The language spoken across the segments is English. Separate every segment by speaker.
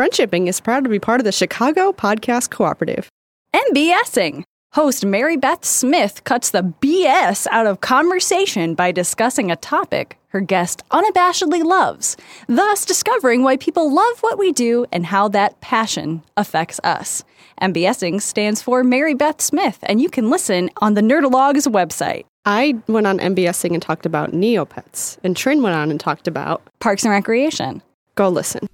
Speaker 1: Friendshipping is proud to be part of the Chicago Podcast Cooperative.
Speaker 2: NBSing. Host Mary Beth Smith cuts the BS out of conversation by discussing a topic her guest unabashedly loves, thus discovering why people love what we do and how that passion affects us. MBSing stands for Mary Beth Smith, and you can listen on the Nerdalogs website.
Speaker 1: I went on MBSing and talked about Neopets, and Trin went on and talked about
Speaker 2: Parks and Recreation.
Speaker 1: Go listen.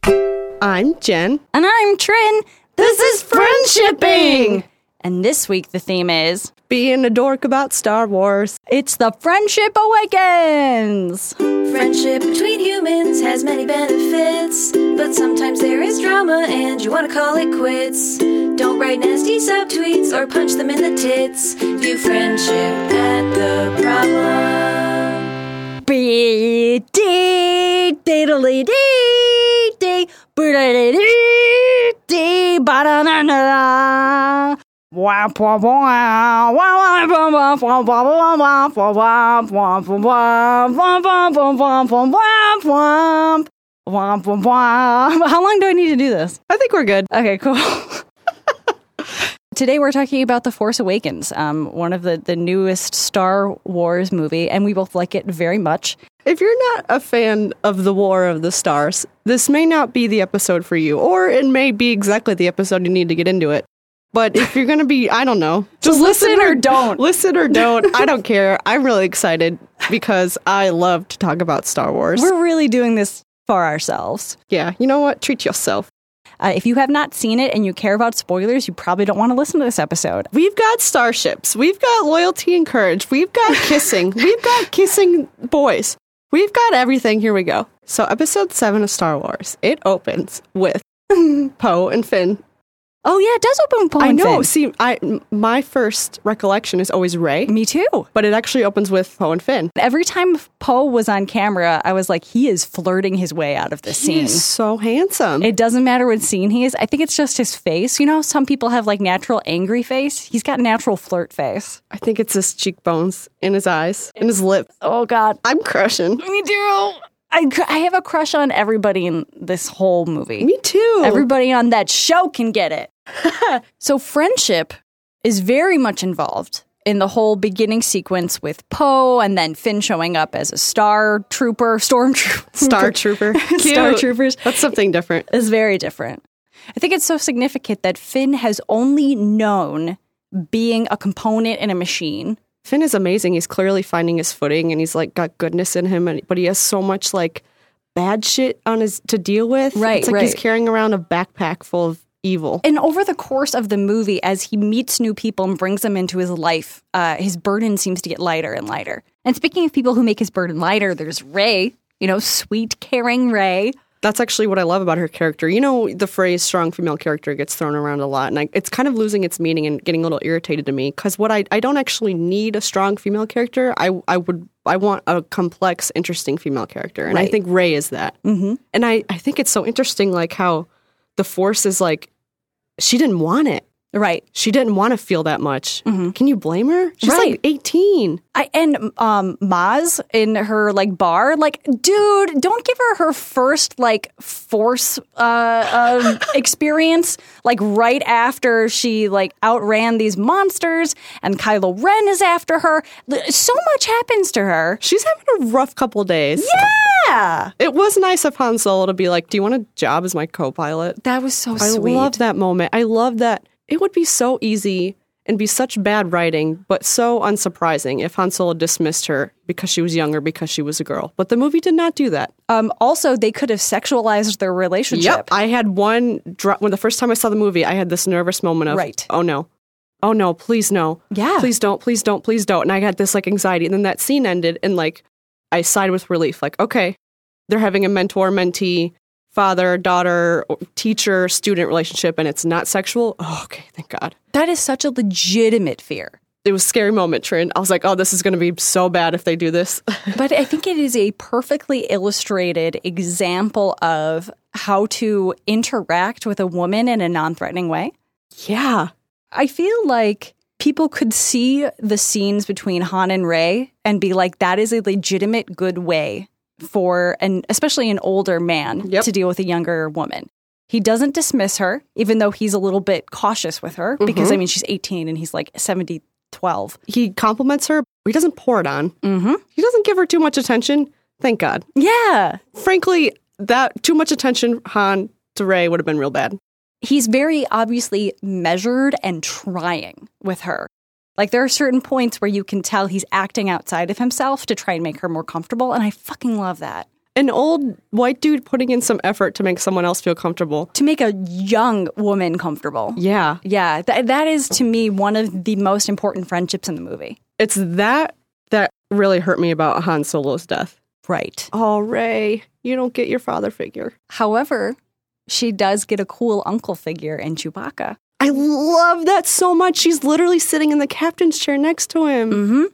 Speaker 1: I'm Jen.
Speaker 2: And I'm Trin. This is Friendshipping! And this week the theme is
Speaker 1: Being a dork about Star Wars.
Speaker 2: It's the Friendship Awakens!
Speaker 3: Friendship between humans has many benefits, but sometimes there is drama and you want to call it quits. Don't write nasty subtweets or punch them in the tits. View friendship at the problem.
Speaker 2: B D diddly dee dee boodly dee dee ba da na na Wow, wow, wow, wow, wow, wow, wow, wow, wow, wow, wow, wow, wow, wow, How long do I need to do this?
Speaker 1: I think we're good.
Speaker 2: Okay, cool. Today we're talking about The Force Awakens, um, one of the, the newest Star Wars movie, and we both like it very much.
Speaker 1: If you're not a fan of the War of the Stars, this may not be the episode for you, or it may be exactly the episode you need to get into it. But if you're going to be, I don't know, just
Speaker 2: listen or don't.
Speaker 1: Listen or don't. I don't care. I'm really excited because I love to talk about Star Wars.
Speaker 2: We're really doing this for ourselves.
Speaker 1: yeah, you know what? Treat yourself.
Speaker 2: Uh, if you have not seen it and you care about spoilers, you probably don't want to listen to this episode.
Speaker 1: We've got starships. We've got loyalty and courage. We've got kissing. We've got kissing boys. We've got everything. Here we go. So, episode seven of Star Wars. It opens with Poe and Finn.
Speaker 2: Oh yeah, it does open with Paul
Speaker 1: I
Speaker 2: and
Speaker 1: know.
Speaker 2: Finn.
Speaker 1: See, I m- my first recollection is always Ray,
Speaker 2: Me too.
Speaker 1: but it actually opens with Poe and Finn.
Speaker 2: Every time Poe was on camera, I was like, he is flirting his way out of this scene.
Speaker 1: He's so handsome.
Speaker 2: It doesn't matter what scene he is. I think it's just his face. You know, some people have like natural angry face. He's got natural flirt face.
Speaker 1: I think it's his cheekbones and his eyes and his lip.
Speaker 2: Oh God,
Speaker 1: I'm crushing.
Speaker 2: me too. I cr- I have a crush on everybody in this whole movie.
Speaker 1: Me too.
Speaker 2: Everybody on that show can get it. so, friendship is very much involved in the whole beginning sequence with Poe and then Finn showing up as a star trooper, stormtrooper.
Speaker 1: Star Trooper.
Speaker 2: Star
Speaker 1: Cute.
Speaker 2: troopers
Speaker 1: That's something different.
Speaker 2: is very different. I think it's so significant that Finn has only known being a component in a machine.
Speaker 1: Finn is amazing. He's clearly finding his footing and he's like got goodness in him, and, but he has so much like bad shit on his to deal with.
Speaker 2: Right,
Speaker 1: It's like he's
Speaker 2: right.
Speaker 1: carrying around a backpack full of evil.
Speaker 2: And over the course of the movie, as he meets new people and brings them into his life, uh, his burden seems to get lighter and lighter. And speaking of people who make his burden lighter, there's Ray, you know, sweet, caring Ray.
Speaker 1: That's actually what I love about her character. You know, the phrase strong female character gets thrown around a lot, and I, it's kind of losing its meaning and getting a little irritated to me because what I, I don't actually need a strong female character. I, I would. I want a complex, interesting female character. And I
Speaker 2: Right.
Speaker 1: think Ray is that.
Speaker 2: Mm-hmm.
Speaker 1: And I, I think it's so interesting, like how the force is like, she didn't want it.
Speaker 2: Right.
Speaker 1: she didn't want to feel that much. Can you blame her? She's like
Speaker 2: Mm-hmm. Right.
Speaker 1: 18.
Speaker 2: I, and um, Maz in her like bar, like, dude, don't give her her first like force uh, uh, experience. Like right after she like outran these monsters, and Kylo Ren is after her. Th- So much happens to her.
Speaker 1: She's having a rough couple days.
Speaker 2: Yeah,
Speaker 1: It was nice of Han Solo to be like, Do you want a job as my co pilot?
Speaker 2: that was so
Speaker 1: I
Speaker 2: sweet.
Speaker 1: love that moment. I love that it would be so easy and be such bad writing, but so unsurprising if Han Solo dismissed her because she was younger, because she was a girl. But the movie did not do that.
Speaker 2: um, also, they could have sexualized their relationship.
Speaker 1: I had one, dr- when the first time I saw the movie, I had this nervous moment of,
Speaker 2: Right.
Speaker 1: oh no, oh no, please no.
Speaker 2: Yeah.
Speaker 1: Please don't, please don't, please don't. And I had this like anxiety. And then that scene ended and like I sighed with relief. Like, okay, they're having a mentor, mentee, father, daughter, teacher, student relationship and it's not sexual. Oh, okay, thank God.
Speaker 2: That is such a legitimate fear.
Speaker 1: It was a scary moment, Trin. I was like, oh, this is going to be so bad if they do this.
Speaker 2: But I think it is a perfectly illustrated example of how to interact with a woman in a non threatening way.
Speaker 1: yeah.
Speaker 2: I feel like people could see the scenes between Han and Ray and be like, that is a legitimate good way for an especially an older man
Speaker 1: Yep.
Speaker 2: to deal with a younger woman. He doesn't dismiss her, even though he's a little bit cautious with her because, I mean, she's 18 and he's like 70, 12.
Speaker 1: He compliments her. He doesn't pour it on.
Speaker 2: Mm-hmm.
Speaker 1: He doesn't give her too much attention. Thank God.
Speaker 2: Yeah.
Speaker 1: Frankly, that too much attention Han to Ray would have been real bad.
Speaker 2: he's very obviously measured and trying with her. Like there are certain points where you can tell he's acting outside of himself to try and make her more comfortable, and I fucking love that.
Speaker 1: An old white dude putting in some effort to make someone else feel comfortable.
Speaker 2: To make a young woman comfortable.
Speaker 1: Yeah.
Speaker 2: Yeah, th- that is to me one of the most important friendships in the movie.
Speaker 1: It's that that really hurt me about Han Solo's death.
Speaker 2: Right.
Speaker 1: Oh, Ray, you don't get your father figure.
Speaker 2: However, she does get a cool uncle figure in Chewbacca.
Speaker 1: I love that so much. She's literally sitting in the captain's chair next to him.
Speaker 2: hmm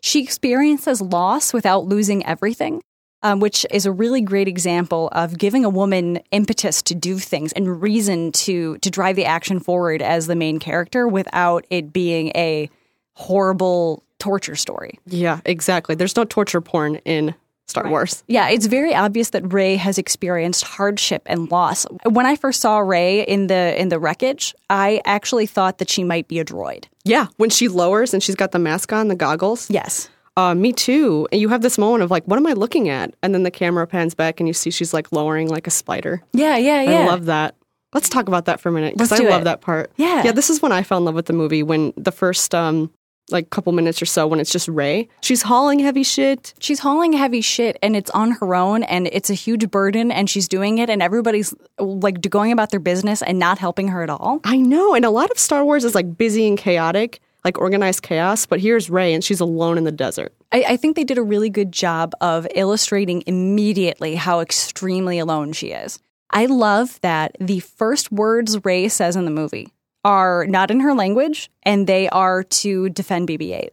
Speaker 2: She experiences loss without losing everything, um, which is a really great example of giving a woman impetus to do things and reason to to drive the action forward as the main character without it being a horrible torture story.
Speaker 1: Yeah, exactly. There's no torture porn in Star Wars.
Speaker 2: Yeah, it's very obvious that Ray has experienced hardship and loss. When I first saw Ray in the in the wreckage, I actually thought that she might be a droid.
Speaker 1: Yeah, when she lowers and she's got the mask on, the goggles.
Speaker 2: Yes.
Speaker 1: Uh, me too. And you have this moment of like, what am I looking at? And then the camera pans back and you see she's like lowering like a spider.
Speaker 2: Yeah, yeah, yeah.
Speaker 1: I love that. Let's talk about that for a minute because
Speaker 2: Let's
Speaker 1: I
Speaker 2: do
Speaker 1: love
Speaker 2: it.
Speaker 1: that part.
Speaker 2: Yeah.
Speaker 1: yeah. This is when I fell in love with the movie when the first um like couple minutes or so when it's just Ray. She's hauling heavy shit.
Speaker 2: She's hauling heavy shit and it's on her own and it's a huge burden and she's doing it and everybody's like going about their business and not helping her at all.
Speaker 1: I know, and a lot of Star Wars is like busy and chaotic, like organized chaos. But here's Ray and she's alone in the desert.
Speaker 2: I, I think they did a really good job of illustrating immediately how extremely alone she is. I love that the first words Ray says in the movie are not in her language and they are to defend BB 8.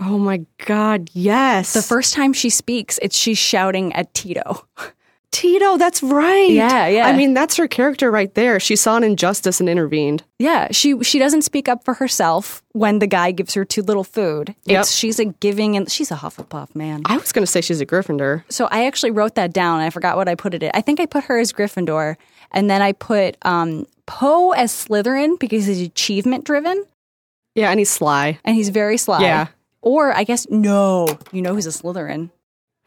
Speaker 1: Oh my God! Yes,
Speaker 2: The first time she speaks, it's she's shouting at Tito.
Speaker 1: Tito, that's right.
Speaker 2: Yeah, yeah.
Speaker 1: I mean, that's her character right there. She saw an injustice and intervened.
Speaker 2: Yeah, she she doesn't speak up for herself when the guy gives her too little food.
Speaker 1: Yep.
Speaker 2: It's she's a giving and she's a Hufflepuff man.
Speaker 1: I was going to say she's a Gryffindor.
Speaker 2: So I actually wrote that down. I forgot what I put it in. I think I put her as Gryffindor, and then I put um, Poe as Slytherin because he's achievement driven
Speaker 1: Yeah, and he's sly.
Speaker 2: and he's very sly.
Speaker 1: Yeah.
Speaker 2: Or I guess no, you know who's a Slytherin?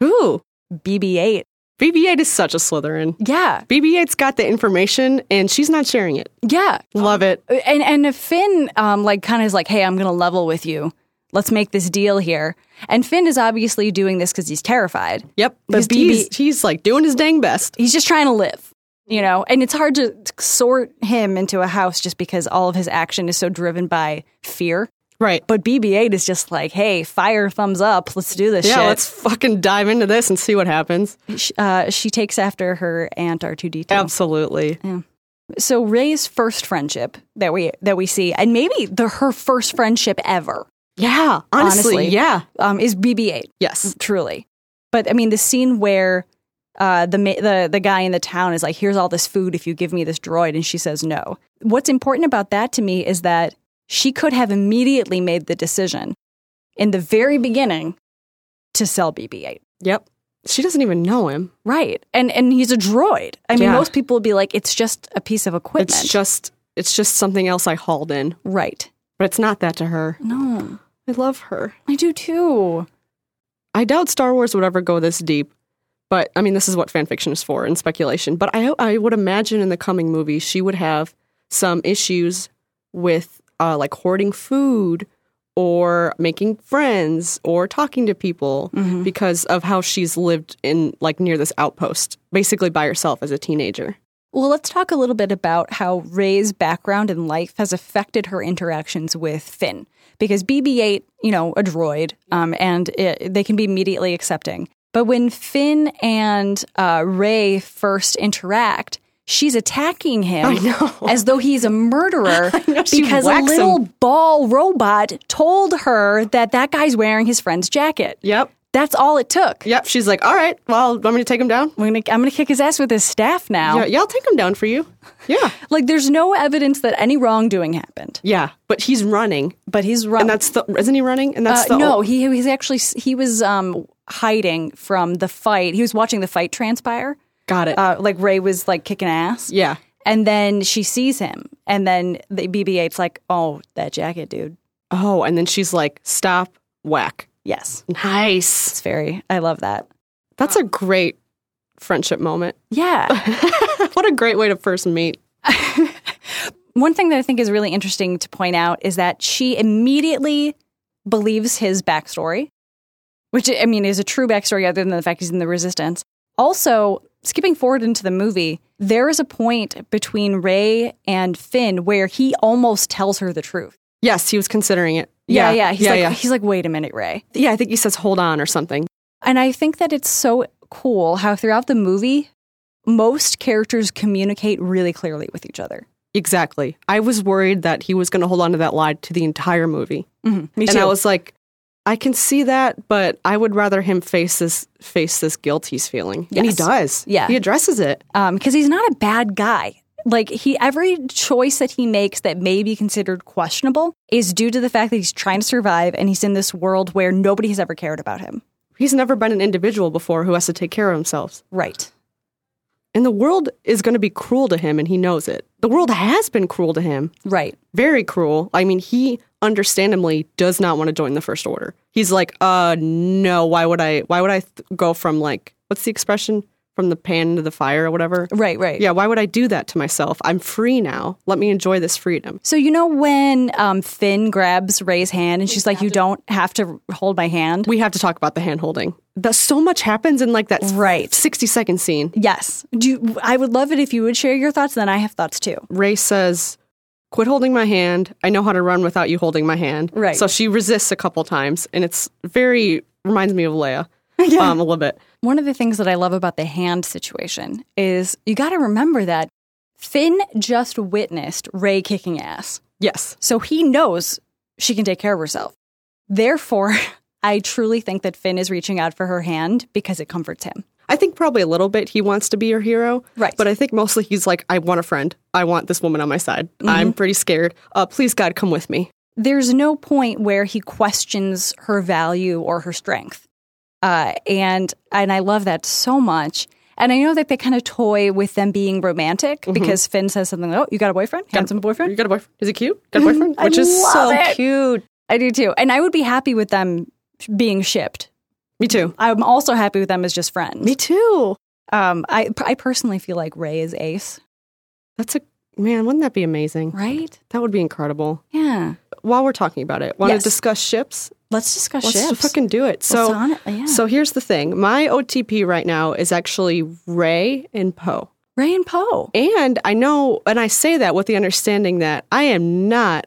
Speaker 1: Ooh,
Speaker 2: BB-8.
Speaker 1: BB-8 is such a Slytherin.
Speaker 2: Yeah,
Speaker 1: BB-8's got the information, and she's not sharing it.
Speaker 2: yeah.
Speaker 1: Love it.
Speaker 2: and and if Finn um like kind of is like, hey, I'm gonna level with you. Let's make this deal here. And Finn is obviously doing this because he's terrified.
Speaker 1: Yep, but
Speaker 2: He's
Speaker 1: he's,
Speaker 2: BB
Speaker 1: he's like doing his dang best.
Speaker 2: He's just trying to live,
Speaker 1: Mm-hmm.
Speaker 2: you know. And it's hard to sort him into a house just because all of his action is so driven by fear.
Speaker 1: Right.
Speaker 2: But BB-8 is just like, hey, fire, thumbs up, let's do this
Speaker 1: Yeah,
Speaker 2: shit.
Speaker 1: let's fucking dive into this and see what happens.
Speaker 2: Sh- uh, she takes after her aunt R2D2.
Speaker 1: Absolutely.
Speaker 2: So Ray's first friendship that we that we see, and maybe the her first friendship ever,
Speaker 1: Yeah, honestly,
Speaker 2: Honestly.
Speaker 1: yeah.
Speaker 2: um, is BB-8.
Speaker 1: Yes.
Speaker 2: truly. But I mean, the scene where uh, the ma- the the guy in the town is like, "Here's all this food if you give me this droid," and she says no. What's important about that to me is that she could have immediately made the decision in the very beginning to sell BB-8.
Speaker 1: Yep. She doesn't even know him.
Speaker 2: Right, and and he's a droid. I mean,
Speaker 1: Yeah.
Speaker 2: most people would be like, "It's just a piece of equipment."
Speaker 1: It's just it's just something else I hauled in,
Speaker 2: right.
Speaker 1: but it's not that to her.
Speaker 2: No,
Speaker 1: I love her.
Speaker 2: I do too.
Speaker 1: I doubt Star Wars would ever go this deep, but I mean, this is what fan fiction is for and speculation. But I, I would imagine in the coming movie, she would have some issues with uh, like hoarding food or making friends or talking to people
Speaker 2: Mm-hmm.
Speaker 1: because of how she's lived in like near this outpost, basically by herself as a teenager.
Speaker 2: Well, let's talk a little bit about how Ray's background in life has affected her interactions with Finn. Because BB 8, you know, a droid, um, and it, they can be immediately accepting. But when Finn and uh, Ray first interact, she's attacking him
Speaker 1: I know.
Speaker 2: as though he's a murderer
Speaker 1: know, she
Speaker 2: because a
Speaker 1: whacks
Speaker 2: little ball robot told her that that guy's wearing his friend's jacket.
Speaker 1: Yep.
Speaker 2: That's all it took.
Speaker 1: Yep. She's like, all right, well, want me to take him down?
Speaker 2: I'm going to I'm going to kick his ass with his staff now.
Speaker 1: Yeah, yeah, I'll take him down for you. Yeah.
Speaker 2: Like, there's no evidence that any wrongdoing happened,
Speaker 1: Yeah. But he's running.
Speaker 2: but he's running.
Speaker 1: And that's the, isn't he running? And that's
Speaker 2: uh,
Speaker 1: the,
Speaker 2: no, he he's actually he was um hiding from the fight. He was watching the fight transpire.
Speaker 1: Got it.
Speaker 2: Uh, like Ray was like kicking ass.
Speaker 1: yeah.
Speaker 2: And then she sees him, and then the BB-8's like, "Oh, that jacket, dude."
Speaker 1: Oh, and then she's like, "Stop, whack."
Speaker 2: Yes,
Speaker 1: Nice.
Speaker 2: it's very. I love that.
Speaker 1: That's a great friendship moment.
Speaker 2: Yeah.
Speaker 1: what a great way to first meet.
Speaker 2: One thing that I think is really interesting to point out is that she immediately believes his backstory, which I mean is a true backstory other than the fact he's in the resistance. Also, skipping forward into the movie, there is a point between Ray and Finn where he almost tells her the truth.
Speaker 1: Yes, he was considering it.
Speaker 2: Yeah, yeah. He's
Speaker 1: yeah,
Speaker 2: like
Speaker 1: yeah.
Speaker 2: he's like, wait a minute, Ray.
Speaker 1: yeah, I think he says hold on or something.
Speaker 2: And I think that it's so cool how throughout the movie, most characters communicate really clearly with each other.
Speaker 1: Exactly. I was worried that he was going to hold on to that lie to the entire movie.
Speaker 2: Me
Speaker 1: and I was like, I can see that, but I would rather him face this face this guilt he's feeling. And he
Speaker 2: Yes.
Speaker 1: does.
Speaker 2: Yeah.
Speaker 1: He addresses it.
Speaker 2: because um, he's not a bad guy. Like he, every choice that he makes that may be considered questionable is due to the fact that he's trying to survive and he's in this world where nobody has ever cared about him.
Speaker 1: He's never been an individual before who has to take care of himself.
Speaker 2: Right.
Speaker 1: And the world is going to be cruel to him and he knows it. The world has been cruel to him.
Speaker 2: Right.
Speaker 1: very cruel. I mean, he understandably does not want to join the First Order. He's like, uh, no, why would I? Why would I th- go from like what's the expression from the pan to the fire or whatever?
Speaker 2: Right. Right.
Speaker 1: Yeah, why would I do that to myself? I'm free now. Let me enjoy this freedom.
Speaker 2: So you know when um, Finn grabs Ray's hand and she's like, "You don't have to hold my hand."
Speaker 1: We have to talk about the hand holding. That so much happens in like that
Speaker 2: Right.
Speaker 1: sixty second scene.
Speaker 2: Yes. Do you, I would love it if you would share your thoughts. Then I have thoughts too.
Speaker 1: Ray says, "Quit holding my hand. I know how to run without you holding my hand."
Speaker 2: Right.
Speaker 1: So she resists a couple times, and it's very reminds me of Leia. Um, a little bit.
Speaker 2: One of the things that I love about the hand situation is you got to remember that Finn just witnessed Ray kicking ass,
Speaker 1: Yes.
Speaker 2: so he knows she can take care of herself. Therefore, I truly think that Finn is reaching out for her hand because it comforts him.
Speaker 1: I think probably a little bit he wants to be your hero.
Speaker 2: Right.
Speaker 1: But I think mostly he's like, I want a friend. I want this woman on my side.
Speaker 2: Mm-hmm.
Speaker 1: I'm pretty scared. Uh, please, God, come with me.
Speaker 2: There's no point where he questions her value or her strength, uh, and and I love that so much. And I know that they kind of toy with them being romantic because Finn says something like, "Oh, you Mm-hmm. got a boyfriend? Handsome boyfriend?
Speaker 1: You got a boyfriend? Is he cute? Got a
Speaker 2: Mm-hmm.
Speaker 1: boyfriend? Which is so
Speaker 2: so cute. I do too. And I would be happy with them being shipped.
Speaker 1: Me too.
Speaker 2: I'm also happy with them as just friends.
Speaker 1: Me too.
Speaker 2: Um, I, I personally feel like Ray is ace,
Speaker 1: That's a man, wouldn't that be amazing?
Speaker 2: right?
Speaker 1: That would be incredible.
Speaker 2: Yeah.
Speaker 1: While we're talking about it, want
Speaker 2: Yes.
Speaker 1: to discuss ships?
Speaker 2: Let's discuss
Speaker 1: Let's
Speaker 2: ships.
Speaker 1: fucking do it. So,
Speaker 2: on it, yeah.
Speaker 1: so here's the thing. My OTP right now is actually Ray and Poe.
Speaker 2: Ray and Poe.
Speaker 1: And I know, and I say that with the understanding that I am not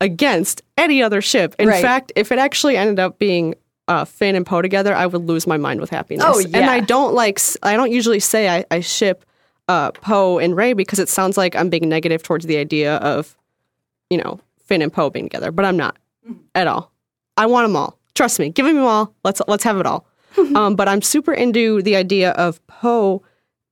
Speaker 1: against any other ship. In
Speaker 2: Right.
Speaker 1: fact, if it actually ended up being uh, Finn and Poe together, I would lose my mind with happiness.
Speaker 2: Oh,
Speaker 1: And
Speaker 2: yeah.
Speaker 1: I don't like, s- I don't usually say I, I ship uh, Poe and Ray because it sounds like I'm being negative towards the idea of, you know, Finn and Poe being together, but I'm not
Speaker 2: Mm-hmm.
Speaker 1: at all. I want them all. Trust me, give me them all. Let's let's have it all. um, but I'm super into the idea of Poe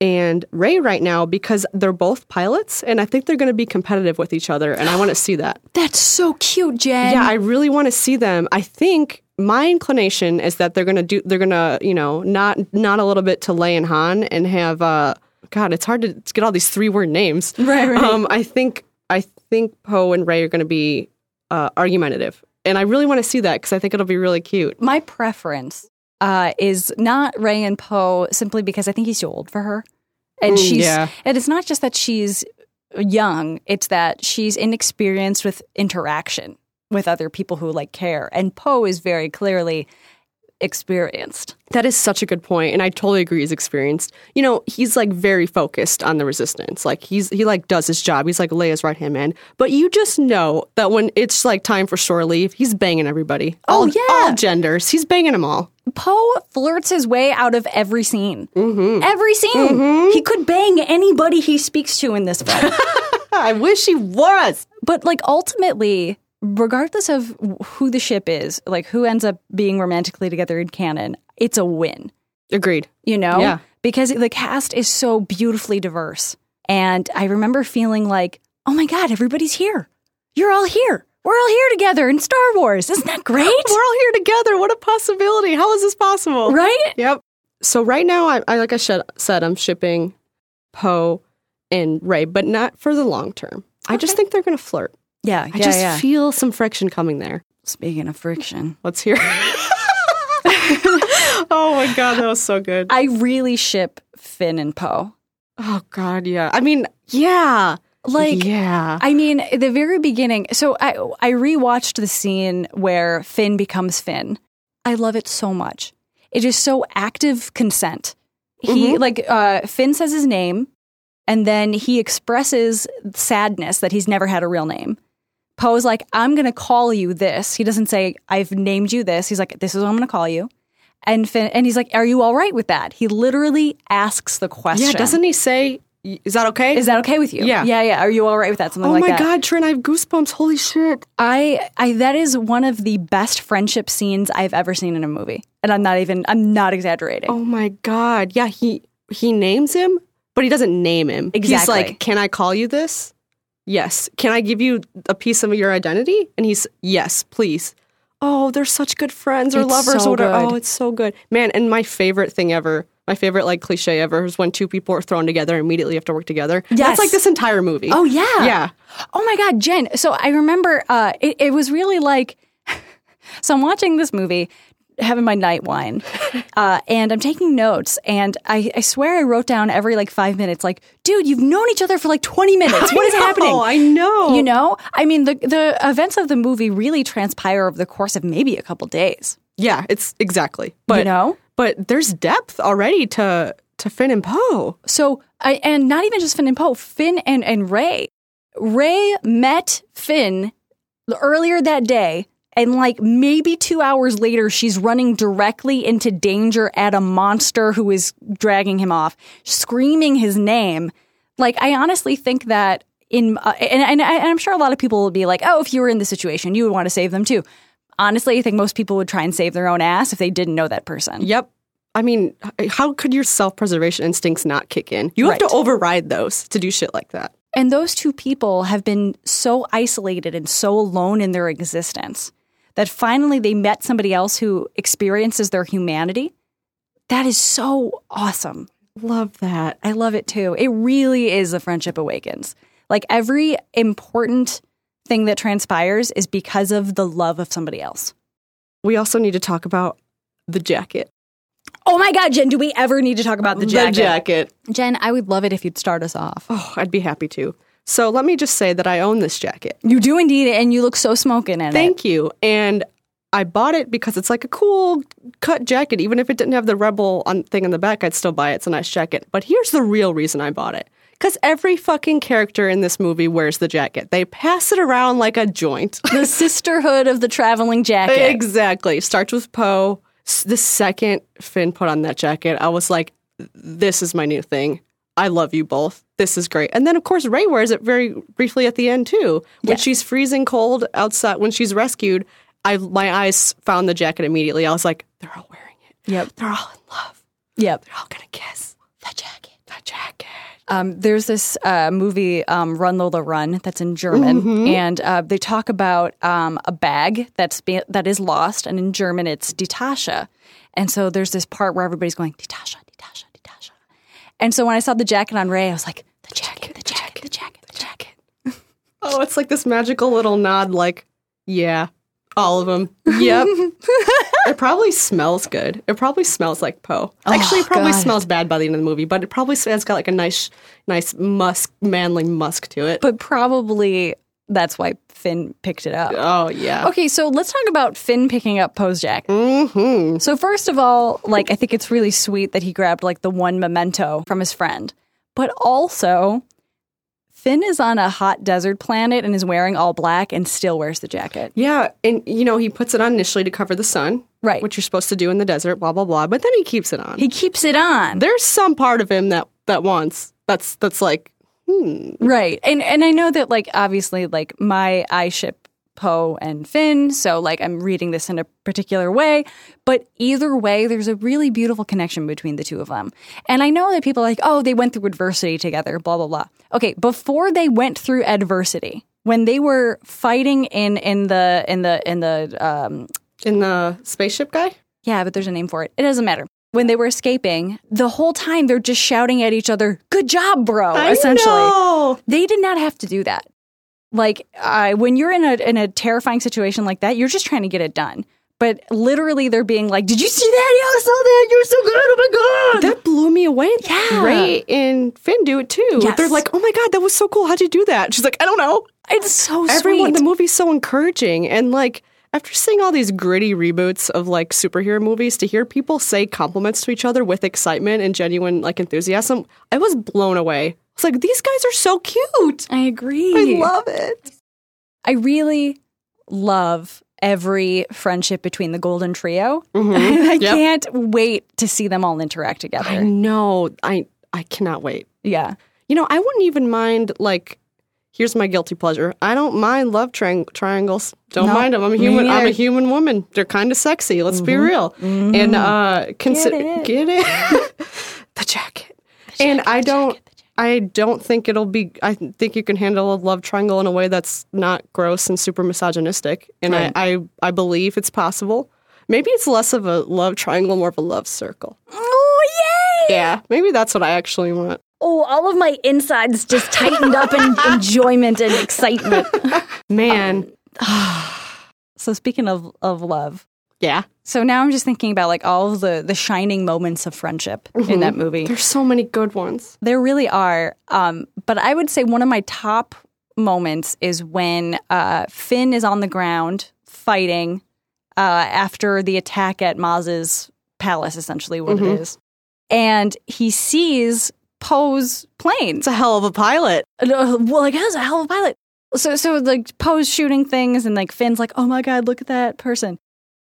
Speaker 1: and Ray right now because they're both pilots, and I think they're going to be competitive with each other, and I want to see that.
Speaker 2: That's so cute, Jen.
Speaker 1: yeah, I really want to see them. I think my inclination is that they're going to do. They're going to you know not not a little bit to Leia and Han and have. Uh, God, it's hard to get all these three word names.
Speaker 2: Right, right.
Speaker 1: Um, I think I think Poe and Ray are going to be uh, argumentative, and I really want to see that because I think it'll be really cute.
Speaker 2: My preference uh, is not Ray and Poe simply because I think he's too old for her. And
Speaker 1: Mm,
Speaker 2: she's
Speaker 1: yeah.
Speaker 2: and it's not just that she's young, it's that she's inexperienced with interaction with other people who like care. And Poe is very clearly experienced.
Speaker 1: That is such a good point, and I totally agree. He's experienced. You know, he's like very focused on the resistance. Like he's he like does his job. He's like Leia's right hand man. But you just know that when it's like time for shore leave, he's banging everybody.
Speaker 2: Oh,
Speaker 1: all,
Speaker 2: yeah.
Speaker 1: all genders. He's banging them all.
Speaker 2: Poe flirts his way out of every scene. Every scene. He could bang anybody he speaks to in this film.
Speaker 1: I wish he was.
Speaker 2: but like ultimately regardless of who the ship is like who ends up being romantically together in canon it's a win
Speaker 1: Agreed.
Speaker 2: you know
Speaker 1: Yeah.
Speaker 2: because the cast is so beautifully diverse and i remember feeling like oh my god everybody's here you're all here we're all here together in star wars isn't that great
Speaker 1: We're all here together. What a possibility. How is this possible?
Speaker 2: right
Speaker 1: Yep. so right now, I, I like I said, said, I'm shipping Poe and Ray, but not for the long term. I just think they're going to flirt.
Speaker 2: Yeah,
Speaker 1: I just feel some friction coming there.
Speaker 2: Speaking of friction,
Speaker 1: Let's hear. oh my god, that was so good.
Speaker 2: I really ship Finn and Poe.
Speaker 1: Oh god, yeah. I mean, yeah.
Speaker 2: Like,
Speaker 1: yeah.
Speaker 2: I mean, at the very beginning. So I I rewatched the scene where Finn becomes Finn. I love it so much. It is so active consent. He
Speaker 1: Mm-hmm.
Speaker 2: like uh, Finn says his name, and then he expresses sadness that he's never had a real name. Poe's like, I'm gonna call you this. He doesn't say I've named you this. He's like, this is what I'm gonna call you. And Finn, and he's like, are you all right with that? He literally asks the question.
Speaker 1: yeah, doesn't he say is that okay?
Speaker 2: Is that okay with you?
Speaker 1: Yeah.
Speaker 2: yeah, yeah. Are you all right with that? Something
Speaker 1: Oh
Speaker 2: like
Speaker 1: my
Speaker 2: that.
Speaker 1: god, Trent, I have goosebumps. Holy shit.
Speaker 2: I, I that is one of the best friendship scenes I've ever seen in a movie, and I'm not even I'm not exaggerating.
Speaker 1: Oh my god. Yeah, he he names him, but he doesn't name him. He's
Speaker 2: Exactly.
Speaker 1: like, "Can I call you this?" Yes. "Can I give you a piece of your identity?" And he's, "Yes, please." Oh, they're such good friends or
Speaker 2: It's
Speaker 1: lovers
Speaker 2: so
Speaker 1: or whatever.
Speaker 2: good.
Speaker 1: Oh, it's so good. Man, and my favorite thing ever, my favorite like cliche ever is when two people are thrown together and immediately have to work together.
Speaker 2: Yes.
Speaker 1: That's like this entire movie.
Speaker 2: Oh, yeah.
Speaker 1: Yeah.
Speaker 2: Oh my God, Jen. So I remember uh, it, it was really like, so I'm watching this movie, having my night wine, uh, and I'm taking notes. And I, I swear I wrote down every like five minutes, like, dude, you've known each other for like 20 minutes. What is
Speaker 1: I know,
Speaker 2: happening?
Speaker 1: I know.
Speaker 2: You know, I mean, the, the events of the movie really transpire over the course of maybe a couple days.
Speaker 1: Yeah, it's exactly. But
Speaker 2: you know?
Speaker 1: but there's depth already to to Finn and Poe.
Speaker 2: So, I, and not even just Finn and Poe, Finn and, and Ray. Ray met Finn earlier that day, and like maybe two hours later, she's running directly into danger at a monster who is dragging him off, screaming his name. Like, I honestly think that in, uh, and, and, I, and I'm sure a lot of people will be like, oh, if you were in this situation, you would want to save them too. Honestly, I think most people would try and save their own ass if they didn't know that person.
Speaker 1: Yep. I mean, h- how could your self preservation instincts not kick in? You have
Speaker 2: Right.
Speaker 1: to override those to do shit like that.
Speaker 2: And those two people have been so isolated and so alone in their existence that finally they met somebody else who experiences their humanity. That is so awesome.
Speaker 1: Love that.
Speaker 2: I love it too. It really is a friendship awakens. Like every important thing that transpires is because of the love of somebody else.
Speaker 1: We also need to talk about the jacket.
Speaker 2: Oh my God, Jen, do we ever need to talk about the jacket?
Speaker 1: The jacket.
Speaker 2: Jen, I would love it if you'd start us off.
Speaker 1: Oh, I'd be happy to. So let me just say that I own this jacket.
Speaker 2: You do indeed, and you look so smoking in it.
Speaker 1: Thank you. And I bought it because it's like a cool cut jacket. Even if it didn't have the rebel on, thing on the back, I'd still buy it. It's a nice jacket. But here's the real reason I bought it. Because every fucking character in this movie wears the jacket. They pass it around like a joint.
Speaker 2: The sisterhood of the traveling jacket.
Speaker 1: Exactly. Starts with Poe. S- The second Finn put on that jacket, I was like, this is my new thing. I love you both. This is great. And then, of course, Ray wears it very briefly at the end, too. When she's freezing cold outside, when she's rescued, I my eyes found the jacket immediately. I was like, they're all wearing it.
Speaker 2: Yep.
Speaker 1: They're all in love.
Speaker 2: Yep.
Speaker 1: They're all going to kiss. The jacket. The jacket.
Speaker 2: Um, there's this uh, movie, um, Run Lola Run, that's in German, and uh, they talk about um, a bag that's be- that is lost, and in German it's die Tasche. And so there's this part where everybody's going die Tasche, die Tasche, die Tasche. And so when I saw the jacket on Ray, I was like, the jacket, the jacket, the jacket, the jacket.
Speaker 1: Oh, it's like this magical little nod, like, yeah, all of them. Yep. it probably smells good. It probably smells like Poe. Actually, it probably
Speaker 2: Oh, God.
Speaker 1: smells bad by the end of the movie, but it probably s- it's got like a nice, nice musk, manly musk to it.
Speaker 2: But probably that's why Finn picked it up.
Speaker 1: oh yeah.
Speaker 2: Okay, so let's talk about Finn picking up Poe's jacket.
Speaker 1: hmm
Speaker 2: So first of all, like I think it's really sweet that he grabbed like the one memento from his friend. But also, Finn is on a hot desert planet and is wearing all black and still wears the jacket.
Speaker 1: Yeah, and you know he puts it on initially to cover the sun,
Speaker 2: Right.
Speaker 1: Which you're supposed to do in the desert, blah blah blah. But then he keeps it on.
Speaker 2: He keeps it on.
Speaker 1: There's some part of him that that wants that's that's like, hmm,
Speaker 2: Right. And and I know that like obviously like my I ship Poe and Finn, so like I'm reading this in a particular way, but either way there's a really beautiful connection between the two of them. And I know that people are like, "Oh, they went through adversity together, blah blah blah." Okay, before they went through adversity, when they were fighting in in the in the in the um
Speaker 1: in the spaceship guy.
Speaker 2: yeah, but there's a name for it. It doesn't matter. when they were escaping, the whole time they're just shouting at each other, "Good job, bro!" essentially,
Speaker 1: know.
Speaker 2: they did not have to do that. Like uh, when you're in a in a terrifying situation like that, you're just trying to get it done. But literally, they're being like, "Did you see that? Yeah, I saw that. You're so good. Oh my god!"
Speaker 1: That blew me away.
Speaker 2: Yeah.
Speaker 1: Ray and Finn do it too.
Speaker 2: Yes.
Speaker 1: They're like, oh my God, that was so cool. How'd you do that? She's like, I don't know.
Speaker 2: It's so
Speaker 1: Everyone,
Speaker 2: sweet.
Speaker 1: the movie's so encouraging. And like, after seeing all these gritty reboots of like superhero movies, to hear people say compliments to each other with excitement and genuine like enthusiasm, I was blown away. I was like, these guys are so cute.
Speaker 2: I agree.
Speaker 1: I love it.
Speaker 2: I really love every friendship between the Golden Trio. I
Speaker 1: Yep.
Speaker 2: can't wait to see them all interact together.
Speaker 1: I know. I I cannot wait.
Speaker 2: yeah.
Speaker 1: You know, I wouldn't even mind like. Here's my guilty pleasure. I don't mind love triang- triangles. Don't
Speaker 2: No,
Speaker 1: mind them. I'm a
Speaker 2: me
Speaker 1: human. I'm a
Speaker 2: neither.
Speaker 1: human woman. They're kind of sexy. Let's be real. And uh, consider
Speaker 2: it.
Speaker 1: Mm-hmm. get it. the jacket. And I don't. I don't think it'll be. I think you can handle a love triangle in a way that's not gross and super misogynistic. And I, I, I believe it's possible. Maybe it's less of a love triangle, more of a love circle.
Speaker 2: Oh, yay!
Speaker 1: Yeah, maybe that's what I actually want.
Speaker 2: Oh, all of my insides just tightened up in enjoyment and excitement.
Speaker 1: Man,
Speaker 2: So speaking of, of love,
Speaker 1: yeah.
Speaker 2: so now I'm just thinking about like all of the, the shining moments of friendship in that movie.
Speaker 1: There's so many good ones.
Speaker 2: There really are. Um, but I would say one of my top moments is when uh, Finn is on the ground fighting uh, after the attack at Maz's palace, essentially what it
Speaker 1: Mm-hmm.
Speaker 2: is. And he sees Poe's plane.
Speaker 1: It's a hell of a pilot.
Speaker 2: And, uh, well, like, that's a hell of a pilot. So, so like Poe's shooting things, and like Finn's like, oh my God, look at that person.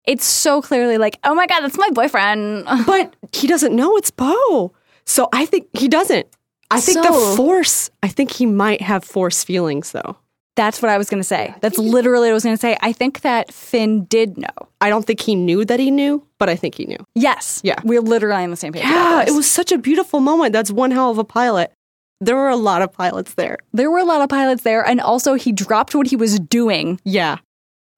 Speaker 2: It's so clearly like, oh my God, that's my boyfriend.
Speaker 1: But he doesn't know it's Poe. So I think he doesn't. I think
Speaker 2: So-
Speaker 1: the force, I think he might have force feelings though.
Speaker 2: That's what I was going to say. That's literally what I was going to say. I think that Finn did know.
Speaker 1: I don't think he knew that he knew, but I think he knew.
Speaker 2: Yes.
Speaker 1: Yeah.
Speaker 2: We're literally on the same page. about
Speaker 1: Yeah,
Speaker 2: this.
Speaker 1: it was such a beautiful moment. That's one hell of a pilot. There were a lot of pilots there.
Speaker 2: There were a lot of pilots there, and also he dropped what he was doing
Speaker 1: Yeah.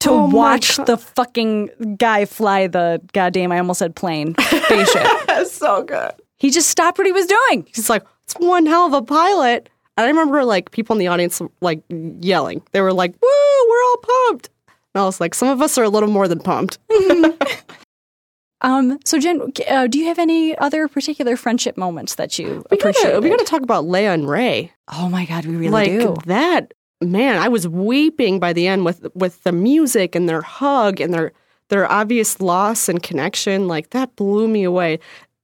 Speaker 2: to
Speaker 1: Oh my
Speaker 2: watch
Speaker 1: God.
Speaker 2: the fucking guy fly the goddamn. I almost said plane spaceship.
Speaker 1: That's so good.
Speaker 2: he just stopped what he was doing.
Speaker 1: He's like, it's one hell of a pilot. And I remember like people in the audience like yelling. They were like, woo, we're all pumped. And I was like, some of us are a little more than pumped.
Speaker 2: Um. So Jen, uh, do you have any other particular friendship moments that you
Speaker 1: We
Speaker 2: appreciate?
Speaker 1: gotta, we gotta talk about Leia and Ray.
Speaker 2: Oh my god, we really
Speaker 1: like
Speaker 2: do.
Speaker 1: that man i was weeping by the end with with the music and their hug and their their obvious loss and connection like that blew me away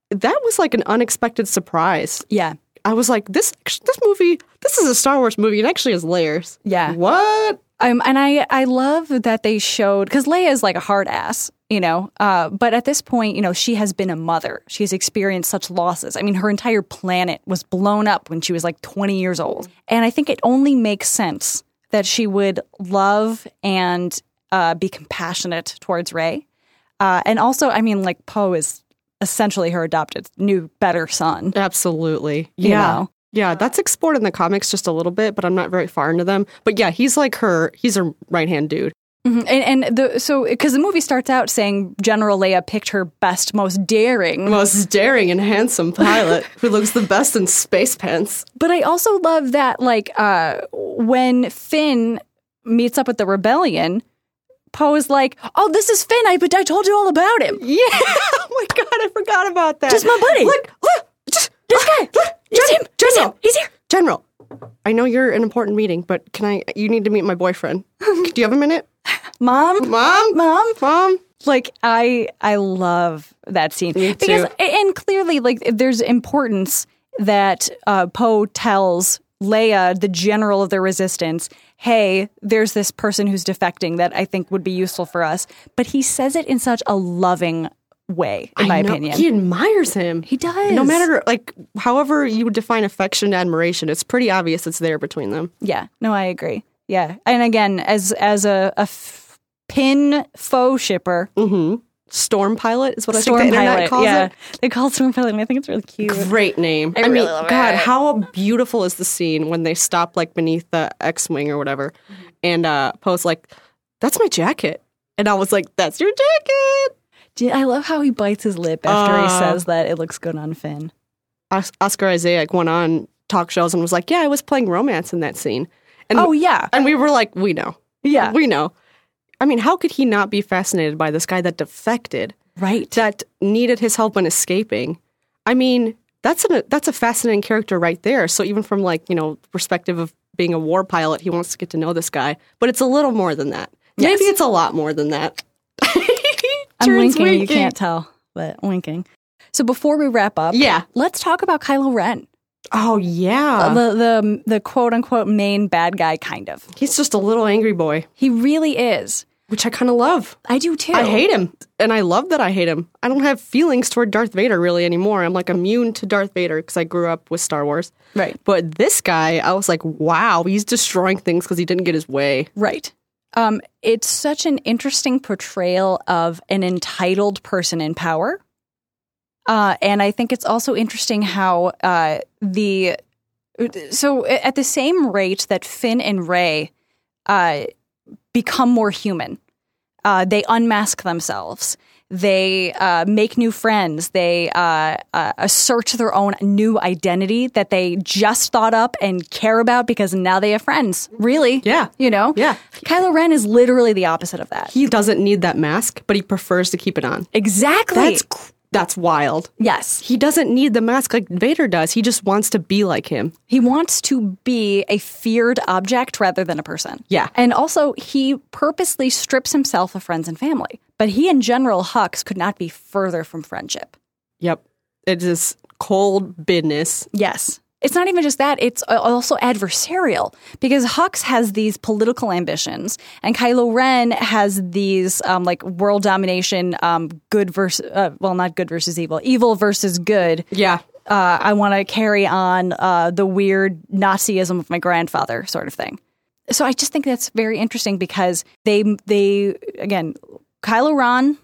Speaker 1: that was like an unexpected surprise
Speaker 2: Yeah.
Speaker 1: i was like this this movie this is a star wars movie it actually has layers
Speaker 2: Yeah.
Speaker 1: what
Speaker 2: Um, and I, I love that they showed because Leia is like a hard ass, you know. Uh, but at this point, you know, she has been a mother. She has experienced such losses. I mean, her entire planet was blown up when she was like 20 years old. And I think it only makes sense that she would love and uh, be compassionate towards Ray. Uh, and also, I mean, like Poe is essentially her adopted new better son.
Speaker 1: absolutely
Speaker 2: You
Speaker 1: yeah
Speaker 2: know.
Speaker 1: yeah that's explored in the comics just a little bit but i'm not very far into them but yeah he's like her he's her right hand dude
Speaker 2: Mhm. And, and the so because the movie starts out saying General Leia picked her best, most daring
Speaker 1: most daring and handsome pilot who looks the best in space pants
Speaker 2: But I also love that, like, uh, when Finn meets up with the rebellion, Poe is like, "Oh, this is Finn. I but I told you all about him.
Speaker 1: Yeah. Oh my god, I forgot about that.
Speaker 2: Just my buddy.
Speaker 1: Look, look, just,
Speaker 2: This guy. He's him. He's him.
Speaker 1: General,
Speaker 2: He's here."
Speaker 1: General. I know you're an important meeting, but can I? You need to meet my boyfriend. Do you have a minute,
Speaker 2: Mom,
Speaker 1: Mom?
Speaker 2: mom.
Speaker 1: Mom?
Speaker 2: Like, I, I love that scene
Speaker 1: Me too.
Speaker 2: because, and clearly, like, there's importance that uh, Poe tells Leia, the general of the resistance, "Hey, there's this person who's defecting that I think would be useful for us." But he says it in such a loving way, in
Speaker 1: I
Speaker 2: my
Speaker 1: know-
Speaker 2: opinion.
Speaker 1: he admires him.
Speaker 2: He does.
Speaker 1: No matter like, however you would define affection and admiration, it's pretty obvious it's there between them.
Speaker 2: Yeah. No, I agree. Yeah. And again, as as a, a f- pin faux shipper,
Speaker 1: Mm-hmm. Storm pilot is what I
Speaker 2: storm
Speaker 1: think the internet
Speaker 2: pilot.
Speaker 1: calls
Speaker 2: yeah.
Speaker 1: it.
Speaker 2: They call it storm pilot, and I think it's really cute.
Speaker 1: Great name. I, mean,
Speaker 2: really love
Speaker 1: God,
Speaker 2: it.
Speaker 1: how beautiful is the scene when they stop like beneath the X wing or whatever, and uh, Poe's like, "That's my jacket," and I was like, "That's your jacket."
Speaker 2: Do you- I love how he bites his lip after he
Speaker 1: Uh.
Speaker 2: says that it looks good on Finn.
Speaker 1: Os- Oscar Isaac went on talk shows and was like, "Yeah, I was playing romance in that scene." And
Speaker 2: Oh yeah,
Speaker 1: and we were like, "We know,
Speaker 2: yeah,
Speaker 1: we know." I mean, how could he not be fascinated by this guy that defected,
Speaker 2: right.
Speaker 1: that needed his help when escaping? I mean, that's a that's a fascinating character right there. So even from like you know perspective of being a war pilot, he wants to get to know this guy, but it's a little more than that. Maybe it's a lot more than that.
Speaker 2: I'm
Speaker 1: Turns
Speaker 2: winking. You
Speaker 1: winking.
Speaker 2: can't tell, but winking. So before we wrap up,
Speaker 1: Yeah.
Speaker 2: let's talk about Kylo Ren,
Speaker 1: Oh yeah,
Speaker 2: the the the quote unquote main bad guy. Kind of,
Speaker 1: he's just a little angry boy,
Speaker 2: he really is.
Speaker 1: which I kind of love.
Speaker 2: I do too.
Speaker 1: I hate him. And I love that I hate him. I don't have feelings toward Darth Vader really anymore. I'm like immune to Darth Vader because I grew up with Star Wars.
Speaker 2: Right,
Speaker 1: But this guy, I was like, wow, he's destroying things because he didn't get his way.
Speaker 2: right. Um, it's such an interesting portrayal of an entitled person in power. Uh, and I think it's also interesting how uh, the so at the same rate that Finn and Ray uh, become more human, uh, they unmask themselves. They uh, make new friends. They uh, uh, assert their own new identity that they just thought up and care about because now they have friends. Really?
Speaker 1: Yeah.
Speaker 2: You know?
Speaker 1: Yeah.
Speaker 2: Kylo Ren is literally the opposite of that.
Speaker 1: He doesn't need that mask, but he prefers to keep it on.
Speaker 2: Exactly.
Speaker 1: That's cr- that's wild.
Speaker 2: yes.
Speaker 1: He doesn't need the mask like Vader does. He just wants to be like him.
Speaker 2: He wants to be a feared object rather than a person.
Speaker 1: Yeah.
Speaker 2: And also, he purposely strips himself of friends and family. But he and General Hux could not be further from friendship.
Speaker 1: Yep. It is cold business.
Speaker 2: Yes. It's not even just that, it's a- also adversarial because Hux has these political ambitions and Kylo Ren has these um, like world domination, um, good versus, uh, well, not good versus evil, evil versus good.
Speaker 1: Yeah.
Speaker 2: Uh, I want to carry on uh, the weird Nazism of my grandfather sort of thing. So I just think that's very interesting because they, they again, Kylo Ren,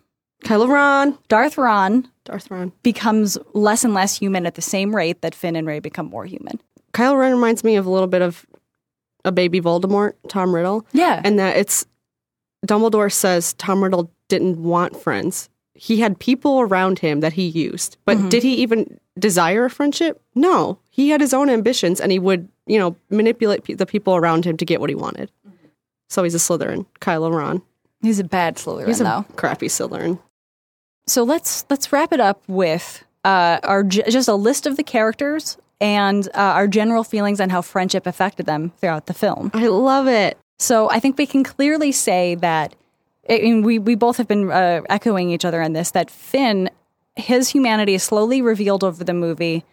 Speaker 1: Kylo Ren,
Speaker 2: Darth Ron
Speaker 1: Darth Ron.
Speaker 2: becomes less and less human at the same rate that Finn and Ray become more human.
Speaker 1: Kylo Ren reminds me of a little bit of a baby Voldemort, Tom Riddle.
Speaker 2: Yeah.
Speaker 1: and that it's Dumbledore says Tom Riddle didn't want friends. He had people around him that he used, but did he even desire a friendship? No, he had his own ambitions, and he would, you know, manipulate pe- the people around him to get what he wanted. So he's a Slytherin, Kylo Ron.
Speaker 2: He's a bad Slytherin,
Speaker 1: He's a
Speaker 2: though.
Speaker 1: crappy Slytherin.
Speaker 2: So let's let's wrap it up with uh, our ge- just a list of the characters and uh, our general feelings on how friendship affected them throughout the film.
Speaker 1: I love it.
Speaker 2: So I think we can clearly say that, I mean, we we both have been uh, echoing each other in this that Finn, his humanity is slowly revealed over the movie,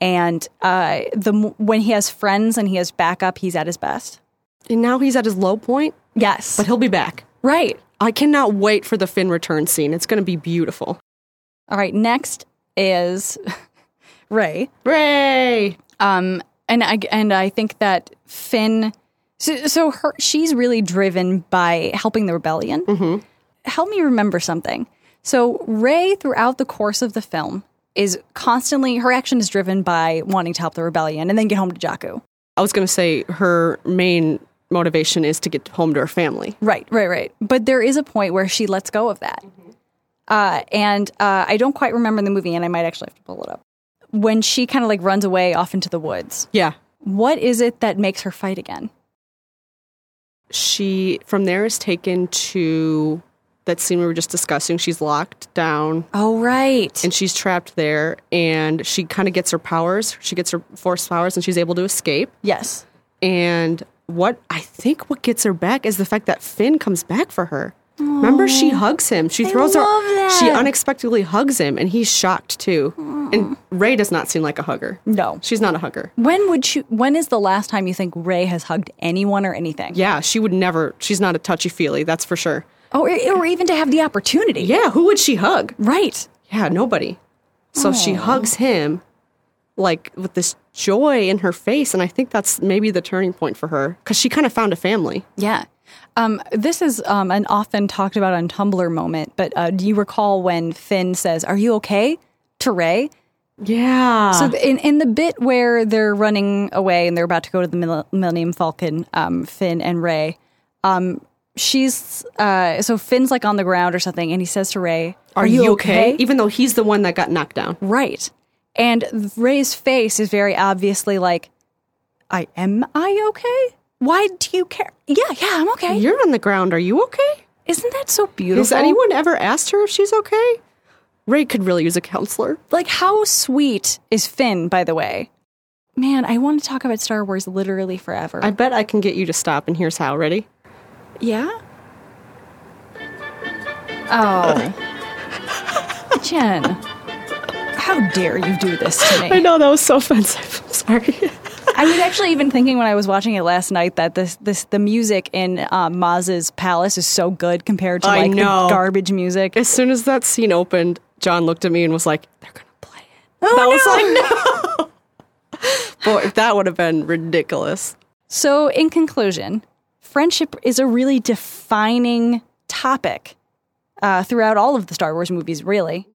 Speaker 2: and uh, the m- when he has friends and he has backup, he's at his best.
Speaker 1: And now he's at his low point,
Speaker 2: Yes,
Speaker 1: but he'll be back.
Speaker 2: right.
Speaker 1: I cannot wait for the Finn return scene. It's going to be beautiful.
Speaker 2: All right. Next is Ray.
Speaker 1: Ray!
Speaker 2: Um, and I and I think that Finn, so, so her, she's really driven by helping the rebellion. Help me remember something. So Ray, throughout the course of the film, is constantly her action is driven by wanting to help the rebellion and then get home to Jakku.
Speaker 1: I was going to say her main motivation is to get home to her family.
Speaker 2: Right, right, right. But there is a point where she lets go of that. Uh, and uh, I don't quite remember the movie, and I might actually have to pull it up. When she kind of like runs away off into the woods,
Speaker 1: Yeah.
Speaker 2: what is it that makes her fight again?
Speaker 1: She, from there, is taken to that scene we were just discussing. She's locked down
Speaker 2: Oh, right.
Speaker 1: and she's trapped there and she kind of gets her powers. She gets her force powers and she's able to escape.
Speaker 2: Yes.
Speaker 1: And what I think what gets her back is the fact that Finn comes back for her. Remember, she hugs him. She throws
Speaker 2: love
Speaker 1: her.
Speaker 2: that.
Speaker 1: She unexpectedly hugs him, and he's shocked too. And Ray does not seem like a hugger.
Speaker 2: No.
Speaker 1: she's not a hugger.
Speaker 2: When would you? When is the last time you think Ray has hugged anyone or anything?
Speaker 1: Yeah, she would never. She's not a touchy feely, that's for sure.
Speaker 2: Oh, or, or even to have the opportunity.
Speaker 1: Yeah, who would she hug?
Speaker 2: Right.
Speaker 1: Yeah, nobody. So she hugs him, like with this joy in her face, and I think that's maybe the turning point for her because she kind of found a family.
Speaker 2: Yeah. Um, this is um, an often talked about on Tumblr moment, but uh, do you recall when Finn says, "Are you okay?" to Ray?
Speaker 1: Yeah.
Speaker 2: So th- in in the bit where they're running away and they're about to go to the Mil- Millennium Falcon, um, Finn and Ray, um, she's uh, so Finn's like on the ground or something, and he says to Ray, "Are,
Speaker 1: Even though he's the one that got knocked down.
Speaker 2: Right. And Ray's face is very obviously like, I am I okay? Why do you care? Yeah, yeah, I'm okay.
Speaker 1: You're on the ground. Are you okay?
Speaker 2: Isn't that so beautiful?
Speaker 1: Has anyone ever asked her if she's okay? Ray could really use a counselor.
Speaker 2: like how sweet is Finn, by the way? Man, I want to talk about Star Wars literally forever.
Speaker 1: I bet I can get you to stop, and here's how. Ready?
Speaker 2: yeah? Oh. Jen. How dare you do this to me?
Speaker 1: I know that was so offensive. Sorry.
Speaker 2: I was actually even thinking when I was watching it last night that this this the music in uh, Maz's palace is so good compared to
Speaker 1: I
Speaker 2: like
Speaker 1: know.
Speaker 2: the garbage music.
Speaker 1: as soon as that scene opened, John looked at me and was like, "They're gonna play it."
Speaker 2: Oh,
Speaker 1: And I was like, "No." Boy, that would have been ridiculous.
Speaker 2: So, in conclusion, friendship is a really defining topic uh, throughout all of the Star Wars movies, really.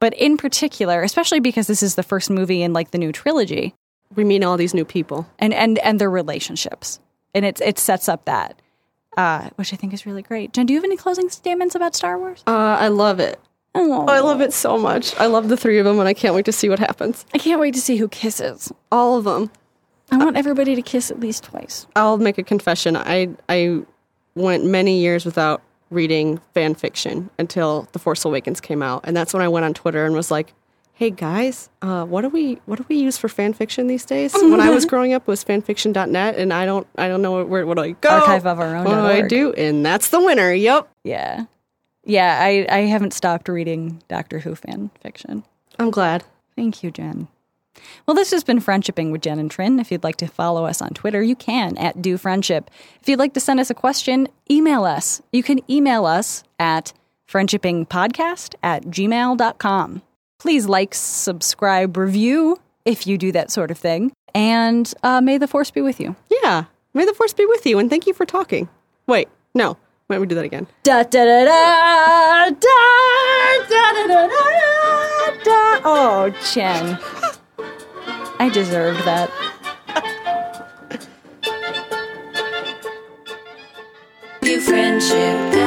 Speaker 2: But in particular, especially because this is the first movie in like the new trilogy,
Speaker 1: We meet all these new people.
Speaker 2: and and and their relationships, and it's it sets up that, uh, which I think is really great. Jen, do you have any closing statements about Star Wars?
Speaker 1: Uh, I love it.
Speaker 2: Oh.
Speaker 1: I love it so much. I love the three of them, and I can't wait to see what happens.
Speaker 2: I can't wait to see who kisses.
Speaker 1: All of them.
Speaker 2: I want everybody to kiss at least twice.
Speaker 1: I'll make a confession. I I went many years without reading fan fiction until The Force Awakens came out, and that's when I went on Twitter and was like, "Hey guys, uh, what do we what do we use for fan fiction these days?" when I was growing up, it was fanfiction.net, and I don't I don't know where what do I go
Speaker 2: Archive of Our Own
Speaker 1: What do I
Speaker 2: org.
Speaker 1: do? And that's the winner. Yep.
Speaker 2: Yeah. Yeah, I, I haven't stopped reading Doctor Who fan fiction.
Speaker 1: I'm glad.
Speaker 2: Thank you, Jen. Well, this has been Friendshipping with Jen and Trin. If you'd like to follow us on Twitter, you can at Do Friendship. If you'd like to send us a question, email us. You can email us at friendshippingpodcast at gmail.com. Please like, subscribe, review if you do that sort of thing. And uh, may the force be with you.
Speaker 1: Yeah. May the force be with you, and thank you for talking. Wait, no. Why don't we do that again?
Speaker 2: Da da da da da da da da da da. Oh, Chen, I deserved that.
Speaker 3: Do friendship.